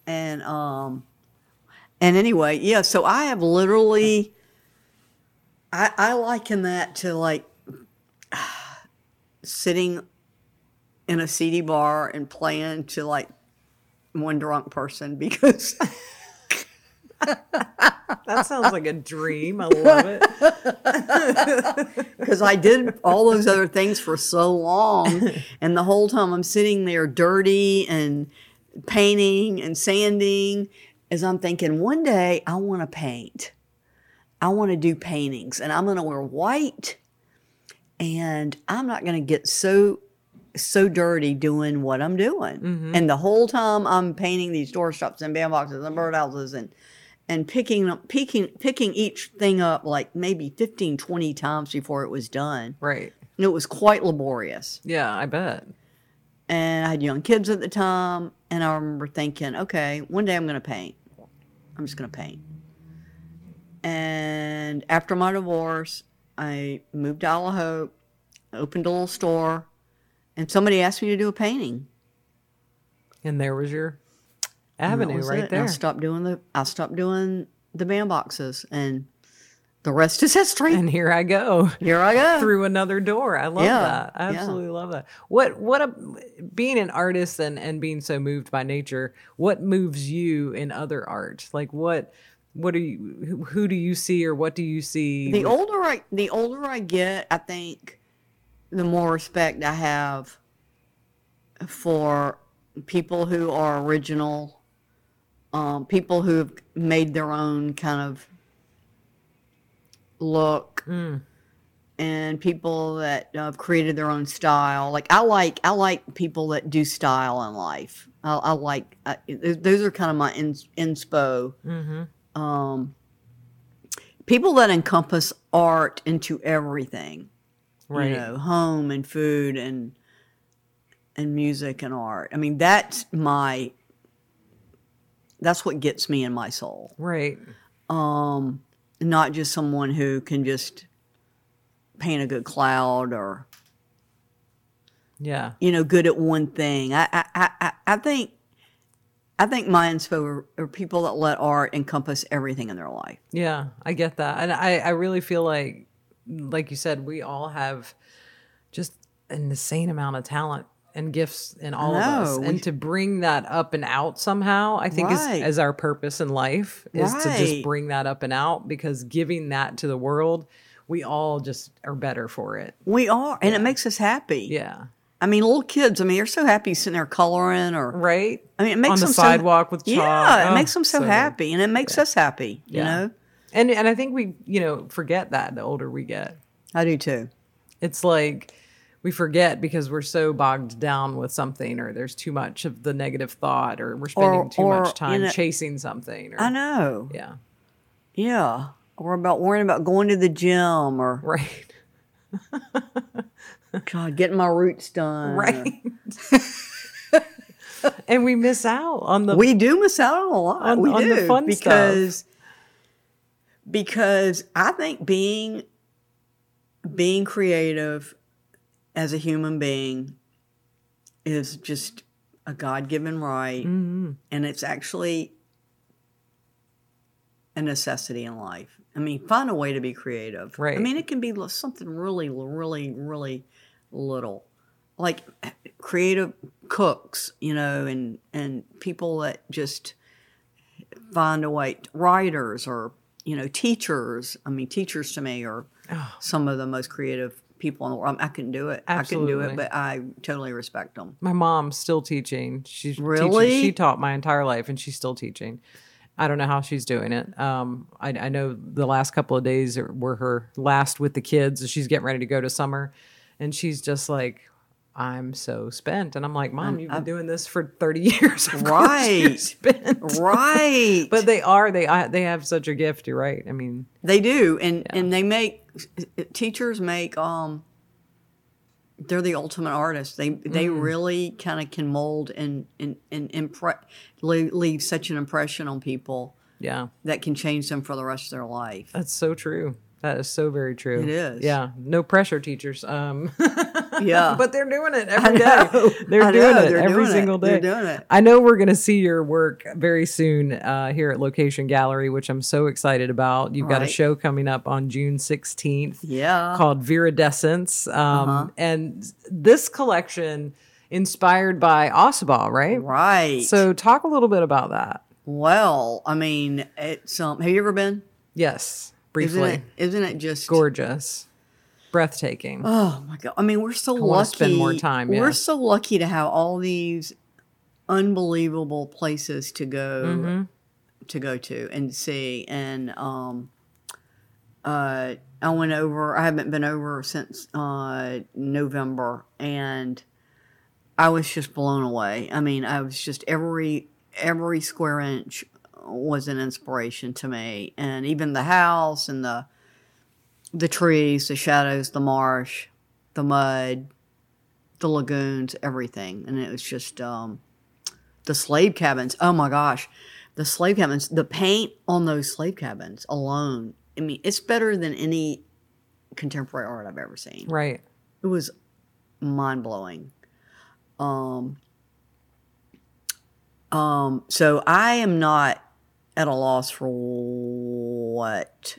Speaker 2: And um, and anyway, yeah. So I have literally, I I liken that to like <sighs> sitting in a CD bar and playing to like one drunk person <laughs> because
Speaker 1: That sounds like a dream.
Speaker 2: <laughs>
Speaker 1: I love it.
Speaker 2: because I did all those other things for so long, and the whole time I'm sitting there dirty and painting and sanding, as I'm thinking, one day I want to paint. I want to do paintings, and I'm going to wear white, and I'm not going to get so so dirty doing what I'm doing. And the whole time I'm painting these doorstops and bandboxes and birdhouses and and picking up picking picking each thing up like maybe 15 20 times before it was done.
Speaker 1: Right.
Speaker 2: And it was quite laborious.
Speaker 1: Yeah, I bet.
Speaker 2: And I had young kids at the time and I remember thinking, okay, one day I'm going to paint. I'm just going to paint. And after my divorce, I moved to Isle of Hope, opened a little store, and somebody asked me to do a painting.
Speaker 1: And there was your
Speaker 2: And that
Speaker 1: avenue
Speaker 2: was
Speaker 1: right
Speaker 2: it. And
Speaker 1: there.
Speaker 2: I stopped doing the I stopped doing the bandboxes and the rest is history.
Speaker 1: <laughs> And here I
Speaker 2: <laughs>
Speaker 1: go.
Speaker 2: Here I go.
Speaker 1: through another door. I love
Speaker 2: Yeah,
Speaker 1: that. I
Speaker 2: yeah.
Speaker 1: absolutely love that. What what a, being an artist and and being so moved by nature. What moves you in other art? Like what what are you? Who, who do you see or what do you see?
Speaker 2: The older I the older I get, I think the more respect I have for people who are original, um, people who have made their own kind of look, and people that have created their own style. Like I like I like people that do style in life. I, I like I, th- those are kind of my ins, inspo um, people that encompass art into everything
Speaker 1: right.
Speaker 2: you know home and food and and music and art i mean that's my that's what gets me in my soul
Speaker 1: Right.
Speaker 2: um not just someone who can just paint a good cloud or
Speaker 1: Yeah.
Speaker 2: you know good at one thing i i i, I- I think i think my inspo are, are people that let art encompass everything in their life
Speaker 1: Yeah, I get that. And I, I really feel like, like you said, we all have just an insane amount of talent and gifts in all of us.
Speaker 2: know, we-
Speaker 1: And to bring that up and out somehow, I think
Speaker 2: Right.
Speaker 1: is, is our purpose in life is to just
Speaker 2: Right.
Speaker 1: bring that up and out because giving that to the world, we all just are better for it.
Speaker 2: we are and it makes us happy
Speaker 1: Yeah.
Speaker 2: I mean, little kids. I mean, they're so happy sitting there coloring, or
Speaker 1: Right.
Speaker 2: I mean, it makes
Speaker 1: Mm. On the
Speaker 2: them so-
Speaker 1: sidewalk with chalk.
Speaker 2: yeah, it
Speaker 1: Oh,
Speaker 2: makes them so,
Speaker 1: good.
Speaker 2: happy, and it makes us happy. You
Speaker 1: Yeah.
Speaker 2: know,
Speaker 1: And, and I think we, you know, forget that the older we get.
Speaker 2: I do too.
Speaker 1: It's like we forget because we're so bogged down with something or there's too much of the negative thought or we're spending
Speaker 2: Or-
Speaker 1: too
Speaker 2: or,
Speaker 1: much time
Speaker 2: you know-
Speaker 1: chasing something or
Speaker 2: I know.
Speaker 1: yeah <laughs>
Speaker 2: Yeah. Or about worrying about going to the gym or
Speaker 1: right
Speaker 2: God, getting my roots done. or-
Speaker 1: right <laughs> and we miss out on the
Speaker 2: we do miss out on a lot.
Speaker 1: on-
Speaker 2: we
Speaker 1: on
Speaker 2: do
Speaker 1: the fun stuff.
Speaker 2: because because I think being being creative as a human being is just a God given right,
Speaker 1: Mm-hmm.
Speaker 2: and it's actually a necessity in life. I mean, find a way to be creative.
Speaker 1: Right.
Speaker 2: I mean, it can be li- something really, really, really little, like creative cooks, you know, and and people that just find a way. Writers or you know, teachers. I mean, teachers to me are
Speaker 1: Ah.
Speaker 2: some of the most creative people in the world. I couldn't do it. I couldn't do
Speaker 1: Absolutely.
Speaker 2: it, but I totally respect them.
Speaker 1: my mom's still teaching. She's
Speaker 2: Really?
Speaker 1: teaching. She taught my entire life, and she's still teaching. I don't know how she's doing it. Um, I, I know the last couple of days were her last with the kids. She's getting ready to go to summer, and she's just like, "I'm so spent." And I'm like, "Mom, you've been doing this for 30 <laughs> years, Of course you're
Speaker 2: Right.
Speaker 1: spent.
Speaker 2: Right.
Speaker 1: But they are they I, they have such a gift. You're right. I mean,
Speaker 2: They do, and and they make teachers make um. They're the ultimate artists. They they
Speaker 1: Mm.
Speaker 2: really kind of can mold and and and impre- leave, leave such an impression on people
Speaker 1: yeah,
Speaker 2: that can change them for the rest of their life.
Speaker 1: <laughs> that's so true. That is so very true.
Speaker 2: It is.
Speaker 1: Yeah. No pressure, teachers. Um,
Speaker 2: Yeah,
Speaker 1: but they're doing it every day.
Speaker 2: Uh, know.
Speaker 1: They're
Speaker 2: I
Speaker 1: doing
Speaker 2: know,
Speaker 1: it
Speaker 2: they're
Speaker 1: every
Speaker 2: doing it.
Speaker 1: single day.
Speaker 2: They're doing it.
Speaker 1: I know we're going to see your work very soon uh, here at Location Gallery, which I'm so excited about. You've got a
Speaker 2: Right.
Speaker 1: show coming up on June 16th
Speaker 2: yeah, Uh-huh.
Speaker 1: called Viridescence, um, and this collection inspired by Osaba, right?
Speaker 2: right.
Speaker 1: So talk a little bit about that.
Speaker 2: well, I mean, it's um. Have you ever been?
Speaker 1: Yes,
Speaker 2: Isn't
Speaker 1: briefly.
Speaker 2: it? Isn't it just
Speaker 1: Gorgeous, breathtaking.
Speaker 2: Oh my god! I mean, we're so
Speaker 1: wanna
Speaker 2: lucky.
Speaker 1: spend more time, yeah.
Speaker 2: We're so lucky to have all these unbelievable places to go
Speaker 1: Mm-hmm.
Speaker 2: to go to and see. And um, uh, I went over. I haven't been over since uh, November, and I was just blown away. I mean, I was just every every square inch was an inspiration to me, and even the house and the the trees, the shadows, the marsh, the mud, the lagoons, everything. And it was just um, the slave cabins. Oh my gosh, the slave cabins, the paint on those slave cabins alone. I mean, it's better than any contemporary art I've ever seen.
Speaker 1: Right.
Speaker 2: It was mind blowing. Um, um, so I am not at a loss for what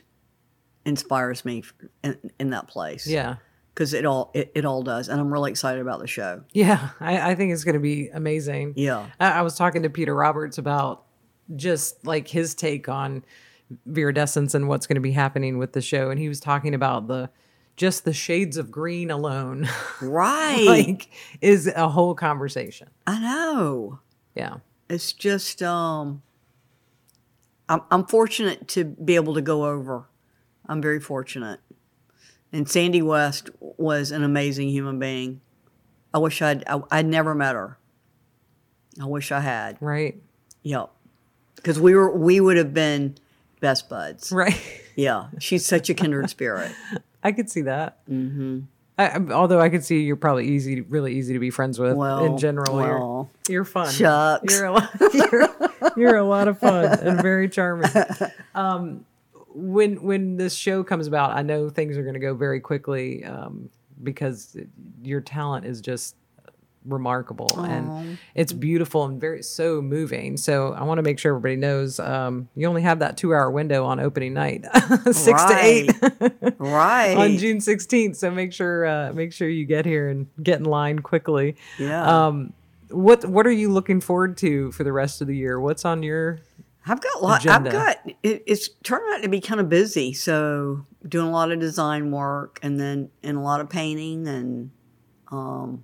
Speaker 2: inspires me f- in, in that place.
Speaker 1: Yeah.
Speaker 2: Because it all it, it all does, and I'm really excited about the show.
Speaker 1: Yeah. I, I think it's going to be amazing.
Speaker 2: Yeah.
Speaker 1: I, I was talking to Peter Roberts about just like his take on viridescence and what's going to be happening with the show, and he was talking about the just the shades of green alone, <laughs>
Speaker 2: <laughs> Right.
Speaker 1: like is a whole conversation.
Speaker 2: I know.
Speaker 1: Yeah,
Speaker 2: It's just um I'm I'm fortunate to be able to go over. I'm very fortunate. And Sandy West was an amazing human being. I wish I'd I, I'd never met her. I wish I had.
Speaker 1: right,
Speaker 2: Yep. Cuz we were we would have been best buds.
Speaker 1: right. <laughs>
Speaker 2: Yeah. She's such a kindred spirit.
Speaker 1: I could see that. Mm-hmm. I, I- although I could see you're probably easy, really easy to be friends with in
Speaker 2: Well,
Speaker 1: general.
Speaker 2: well.
Speaker 1: you're, you're fun.
Speaker 2: Shucks.
Speaker 1: You're a lot. You're,
Speaker 2: <laughs>
Speaker 1: you're a lot of fun and very charming. Um, when when this show comes about, I know things are going to go very quickly um, because your talent is just remarkable and it's beautiful and very so moving. So I want to make sure everybody knows um, you only have that two hour window on opening night, <laughs> six to eight
Speaker 2: Right.
Speaker 1: <laughs> on June 16th. So make sure uh, make sure you get here and get in line quickly.
Speaker 2: Yeah.
Speaker 1: Um, what what are you looking forward to for the rest of the year? What's on your
Speaker 2: I've got lot.
Speaker 1: agenda?
Speaker 2: I've got it, it's turned out to be kind of busy. So doing a lot of design work and then and a lot of painting and um,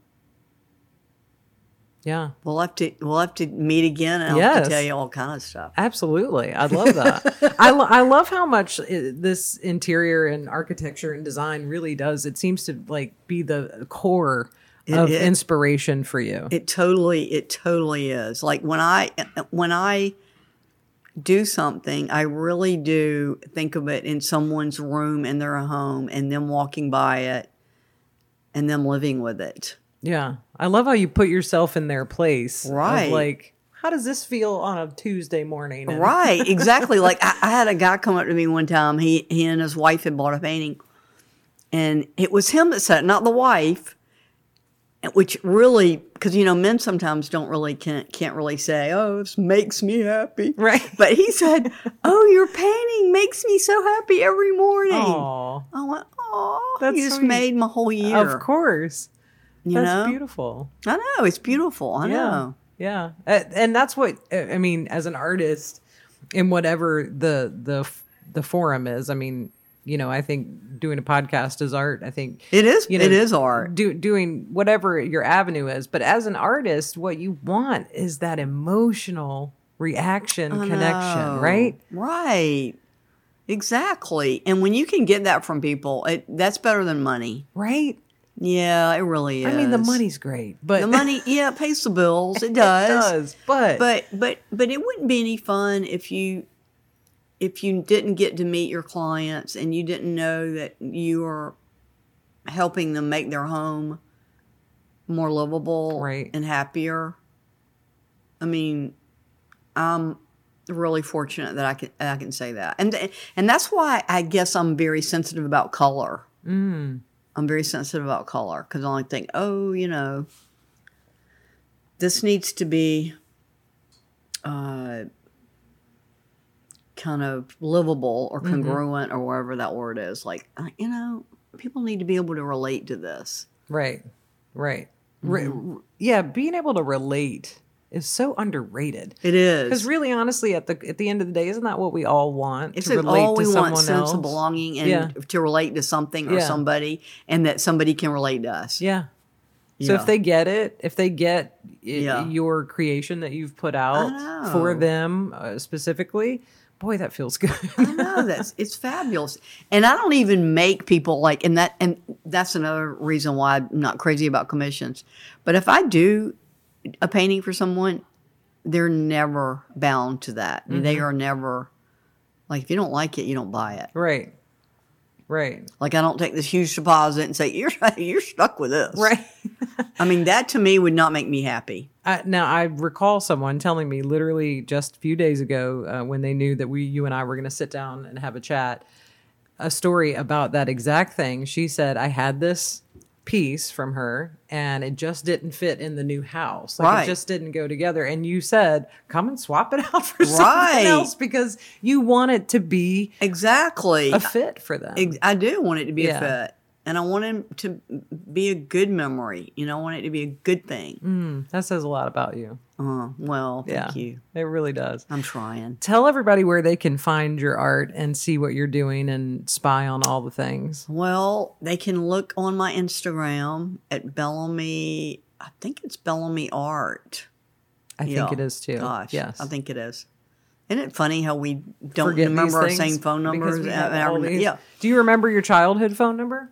Speaker 1: Yeah.
Speaker 2: We'll have to we'll have to meet again and I'll have
Speaker 1: Yes.
Speaker 2: to tell you all kind of stuff.
Speaker 1: Absolutely. I love
Speaker 2: <laughs>
Speaker 1: that. I, lo- I love how much uh, this interior and architecture and design really does. It seems to like be the core of
Speaker 2: it-
Speaker 1: inspiration for you.
Speaker 2: It totally it totally is. Like when I when I do something, I really do think of it in someone's room in their home and them walking by it and them living with it.
Speaker 1: yeah. I love how you put yourself in their place. of,
Speaker 2: Right.
Speaker 1: like, how does this feel on a Tuesday morning? And-
Speaker 2: Right, exactly. like I, I had a guy come up to me one time. He he and his wife had bought a painting, and it was him that said, it, not the wife. Which really, because you know, men sometimes don't really can't can't really say, "Oh, this makes me happy,"
Speaker 1: <laughs> Right.
Speaker 2: But he said, "Oh, your painting makes me so happy every morning."
Speaker 1: Aw,
Speaker 2: I went, "Oh,
Speaker 1: That's
Speaker 2: you just
Speaker 1: sweet.
Speaker 2: made my whole year."
Speaker 1: of course.
Speaker 2: you
Speaker 1: That's
Speaker 2: know.
Speaker 1: beautiful.
Speaker 2: I know it's beautiful. I know.
Speaker 1: Yeah. A- And that's what I mean as an artist in whatever the the the forum is. I mean, you know, I think doing a podcast is art. I think
Speaker 2: It is.
Speaker 1: You know,
Speaker 2: it is art.
Speaker 1: do, doing whatever your avenue is, but as an artist, what you want is that emotional reaction
Speaker 2: I
Speaker 1: connection,
Speaker 2: know.
Speaker 1: right?
Speaker 2: Right. Exactly. And when you can get that from people, it, that's better than money.
Speaker 1: Right?
Speaker 2: Yeah, it really is.
Speaker 1: I mean, the money's great, but <laughs>
Speaker 2: The money, yeah, it pays the bills. It does.
Speaker 1: does, but
Speaker 2: But but but it wouldn't be any fun if you if you didn't get to meet your clients and you didn't know that you are helping them make their home more livable
Speaker 1: Right.
Speaker 2: and happier. I mean, I'm really fortunate that I can I can say that, and and that's why I guess I'm very sensitive about color. Mm. I'm very sensitive about color because I only think, oh, you know, this needs to be uh, kind of livable
Speaker 1: Mm-hmm.
Speaker 2: or congruent or whatever that word is. Like, uh, you know, people need to be able to relate to this.
Speaker 1: Right. Right. Re-
Speaker 2: Mm-hmm.
Speaker 1: re- yeah, being able to relate is so underrated.
Speaker 2: It
Speaker 1: Because
Speaker 2: is.
Speaker 1: really, honestly, at the at the end of the day, isn't that what we all want?
Speaker 2: It's
Speaker 1: to
Speaker 2: a-
Speaker 1: relate
Speaker 2: all
Speaker 1: to
Speaker 2: we
Speaker 1: someone
Speaker 2: want sense
Speaker 1: else.
Speaker 2: of belonging and
Speaker 1: Yeah.
Speaker 2: to relate to something or
Speaker 1: Yeah.
Speaker 2: somebody, and that somebody can relate to us.
Speaker 1: Yeah. So
Speaker 2: Yeah.
Speaker 1: if they get it, if they get i
Speaker 2: Yeah.
Speaker 1: your creation that you've put out for
Speaker 2: know.
Speaker 1: them uh, specifically, boy, that feels <laughs> good.
Speaker 2: I know that's it's fabulous, and I don't even make people like, and that and that's another reason why I'm not crazy about commissions. But if I do a painting for someone, they're never bound to that. They
Speaker 1: Mm-hmm.
Speaker 2: are never like if you don't like it, you don't buy it.
Speaker 1: right. Right.
Speaker 2: Like I don't take this huge deposit and say <laughs> you're you're stuck with this.
Speaker 1: Right.
Speaker 2: I mean that to me would not make me happy.
Speaker 1: I, Uh, now I recall someone telling me literally just a few days ago uh, when they knew that we, you and I, were going to sit down and have a chat, a story about that exact thing. She said, "I had this piece from her, and it just didn't fit in the new house. Like
Speaker 2: Right.
Speaker 1: it just didn't go together." And you said, "Come and swap it <laughs> out for something
Speaker 2: Right.
Speaker 1: else because you want it to be
Speaker 2: Exactly.
Speaker 1: a fit for them."
Speaker 2: Ex- I do want it to be
Speaker 1: Yeah.
Speaker 2: a fit. And I want it to be a good memory. You know, I want it to be a good thing.
Speaker 1: Mm, that says a lot about you.
Speaker 2: Uh, well,
Speaker 1: Yeah,
Speaker 2: thank you.
Speaker 1: it really does.
Speaker 2: I'm trying.
Speaker 1: tell everybody where they can find your art and see what you're doing and spy on all the things.
Speaker 2: Well, they can look on my Instagram at Bellamy. I think it's Bellamy Art.
Speaker 1: I think it is too.
Speaker 2: Gosh,
Speaker 1: yes.
Speaker 2: I think it is. Isn't it funny how we don't
Speaker 1: Forget these
Speaker 2: remember our
Speaker 1: things
Speaker 2: same phone
Speaker 1: because
Speaker 2: numbers?
Speaker 1: we
Speaker 2: Uh,
Speaker 1: have
Speaker 2: and I
Speaker 1: all
Speaker 2: remember-
Speaker 1: these-
Speaker 2: yeah.
Speaker 1: Do you remember your childhood phone number?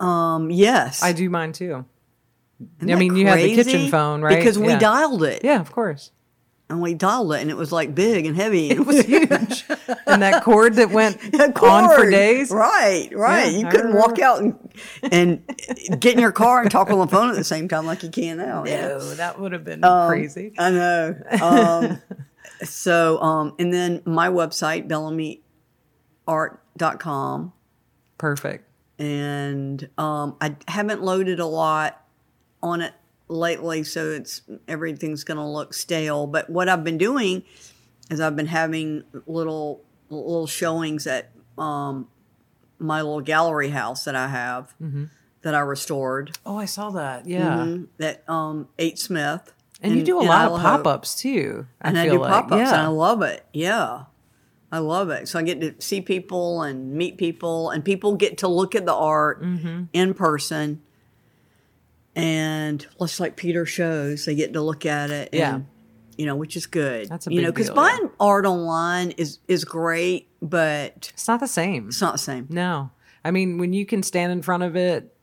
Speaker 2: Um, yes.
Speaker 1: I do mine too.
Speaker 2: Isn't
Speaker 1: I
Speaker 2: that
Speaker 1: mean, you had the kitchen
Speaker 2: crazy?
Speaker 1: phone, right?
Speaker 2: Because we
Speaker 1: Yeah.
Speaker 2: dialed it.
Speaker 1: Yeah, of course.
Speaker 2: And we dialed it, and it was like big and heavy.
Speaker 1: <laughs> It was
Speaker 2: <laughs>
Speaker 1: huge. and that cord that went <laughs>
Speaker 2: A
Speaker 1: on for
Speaker 2: cord.
Speaker 1: days.
Speaker 2: Right, right.
Speaker 1: Yeah,
Speaker 2: you
Speaker 1: I
Speaker 2: couldn't walk out and, and get in your car and talk on the phone at the same time like you
Speaker 1: <laughs>
Speaker 2: can now. yeah.
Speaker 1: No, that would have been
Speaker 2: Um,
Speaker 1: crazy.
Speaker 2: I know. Um, <laughs> so, um, and then my website, bellamyart.com.
Speaker 1: Perfect.
Speaker 2: And um, I haven't loaded a lot on it lately, so it's everything's going to look stale. But what I've been doing is I've been having little little showings at um, my little gallery house that I have that I restored.
Speaker 1: Oh, I saw that. Mm-hmm. Yeah.
Speaker 2: Mhm. That um, Eight Smith.
Speaker 1: And you
Speaker 2: in-
Speaker 1: do a
Speaker 2: in
Speaker 1: lot of
Speaker 2: Idaho
Speaker 1: pop ups too. I
Speaker 2: and I,
Speaker 1: feel
Speaker 2: do
Speaker 1: like.
Speaker 2: pop ups, and I
Speaker 1: Yeah.
Speaker 2: love it. Yeah, I love it. So I get to see people and
Speaker 1: Mm-hmm.
Speaker 2: meet people, and people get to look at the art in person. and just like Peter shows, they get to look at it. And,
Speaker 1: Yeah.
Speaker 2: you know, which is good.
Speaker 1: That's a
Speaker 2: you
Speaker 1: big
Speaker 2: know because
Speaker 1: deal,
Speaker 2: buying art online is is great, but
Speaker 1: It's not the same.
Speaker 2: it's not the same.
Speaker 1: No. I mean, when you can stand in front of it,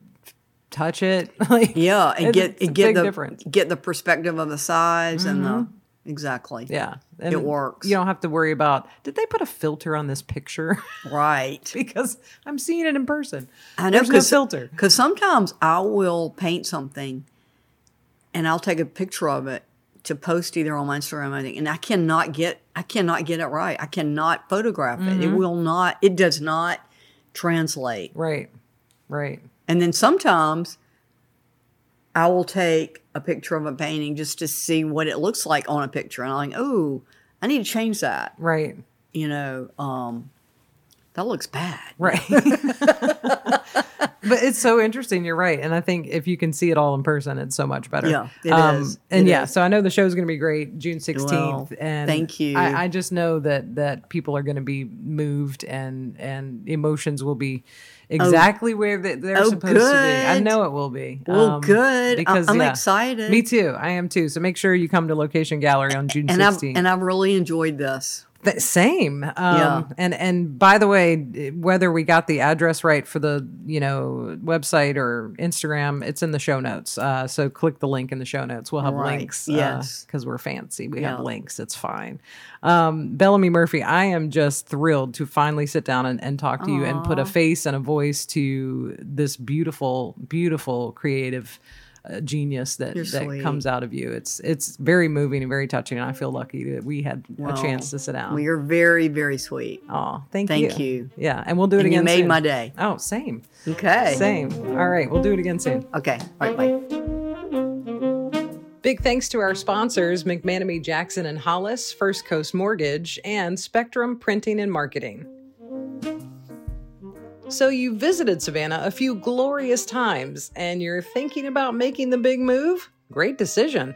Speaker 1: touch it, <laughs> like
Speaker 2: Yeah, and
Speaker 1: it's-
Speaker 2: get
Speaker 1: it's a
Speaker 2: and get
Speaker 1: big
Speaker 2: the
Speaker 1: difference. Mm-hmm.
Speaker 2: get the perspective of the size and the exactly
Speaker 1: Yeah. And
Speaker 2: It works.
Speaker 1: You don't have to worry about did they put a filter on this picture? <laughs>
Speaker 2: right.
Speaker 1: because I'm seeing it in person.
Speaker 2: I know
Speaker 1: There's no filter. <laughs>
Speaker 2: Because sometimes I will paint something, and I'll take a picture of it to post either on my Instagram, I think, and I cannot get I cannot get it right. I cannot photograph it. It
Speaker 1: Mm-hmm.
Speaker 2: will not. It does not translate.
Speaker 1: Right. Right.
Speaker 2: And then sometimes I will take a picture of a painting just to see what it looks like on a picture, and I'm like, oh, I need to change that.
Speaker 1: Right.
Speaker 2: You know, um, that looks bad.
Speaker 1: <laughs> Right. but it's so interesting. You're right. And I think if you can see it all in person, it's so much better. Um,
Speaker 2: Yeah, it is.
Speaker 1: And
Speaker 2: It
Speaker 1: yeah,
Speaker 2: is.
Speaker 1: so I know the show's going to be great June 16th.
Speaker 2: Well,
Speaker 1: and
Speaker 2: thank you.
Speaker 1: I, I just know that that people are going to be moved and and emotions will be exactly where they, they're
Speaker 2: Oh,
Speaker 1: supposed to be. I
Speaker 2: good.
Speaker 1: know it will be. Um,
Speaker 2: Well, good. I- I'm
Speaker 1: yeah.
Speaker 2: excited.
Speaker 1: Me too. I am too. So make sure you come to Location Gallery on June
Speaker 2: and I've
Speaker 1: 16th.
Speaker 2: and I've really enjoyed this.
Speaker 1: Th- same. Um,
Speaker 2: Yeah.
Speaker 1: And and by the way, whether we got the address right for the you know website or Instagram, it's in the show notes. Uh, so click the link in the show notes. We'll have
Speaker 2: Right.
Speaker 1: links.
Speaker 2: Yes.
Speaker 1: because we're fancy, we have
Speaker 2: Yeah.
Speaker 1: links. It's fine. Um, Bellamy Murphy, I am just thrilled to finally sit down and, and talk to you and put a face and a voice to this beautiful, beautiful creative. uh, genius that,
Speaker 2: You're
Speaker 1: that
Speaker 2: sweet.
Speaker 1: comes out of you. It's it's very moving and very touching. And I feel lucky that we had a
Speaker 2: Well,
Speaker 1: chance to sit down.
Speaker 2: Well, you're very, very sweet.
Speaker 1: Oh, thank, you.
Speaker 2: Thank you.
Speaker 1: Yeah, and we'll do it
Speaker 2: And
Speaker 1: again.
Speaker 2: you made
Speaker 1: soon.
Speaker 2: my day.
Speaker 1: Oh, same,
Speaker 2: Okay.
Speaker 1: same. All right, we'll do it again soon.
Speaker 2: Okay. All right. Bye.
Speaker 1: Big thanks to our sponsors, McManamy Jackson and Hollis, First Coast Mortgage, and Spectrum Printing and Marketing. So, you visited Savannah a few glorious times and you're thinking about making the big move? Great decision.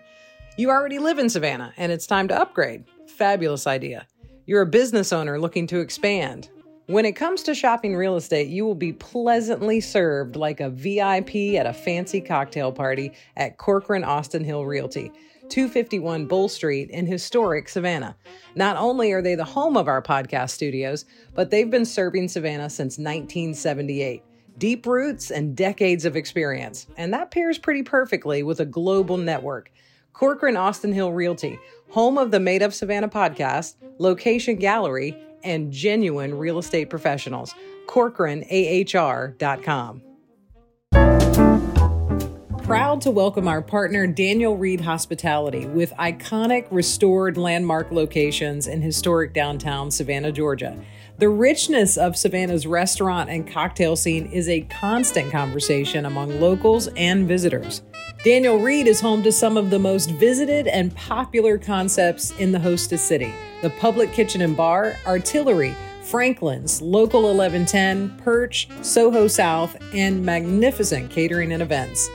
Speaker 1: You already live in Savannah and it's time to upgrade. Fabulous idea. You're a business owner looking to expand. When it comes to shopping real estate, you will be pleasantly served like a VIP at a fancy cocktail party at Corcoran Austin Hill Realty, 251 Bull Street in historic Savannah. Not only are they the home of our podcast studios, but they've been serving Savannah since 1978. Deep roots and decades of experience. And that pairs pretty perfectly with a global network. Corcoran Austin Hill Realty, home of the Made Up Savannah podcast, Location Gallery, and genuine real estate professionals. CorcoranAHR.com. Proud to welcome our partner, Daniel Reed Hospitality, with iconic restored landmark locations in historic downtown Savannah, Georgia. The richness of Savannah's restaurant and cocktail scene is a constant conversation among locals and visitors. Daniel Reed is home to some of the most visited and popular concepts in the hostess city the public kitchen and bar, artillery, Franklin's, Local 1110, Perch, Soho South, and magnificent catering and events.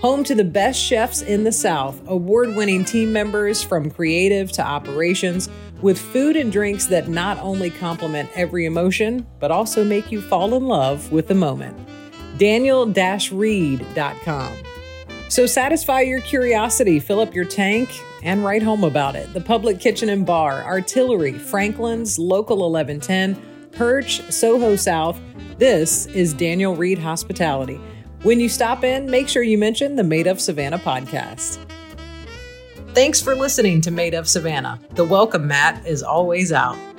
Speaker 1: Home to the best chefs in the South, award winning team members from creative to operations, with food and drinks that not only complement every emotion, but also make you fall in love with the moment. Daniel Reed.com. So satisfy your curiosity, fill up your tank, and write home about it. The Public Kitchen and Bar, Artillery, Franklin's, Local 1110, Perch, Soho South. This is Daniel Reed Hospitality. When you stop in, make sure you mention the Made of Savannah podcast. Thanks for listening to Made of Savannah. The welcome mat is always out.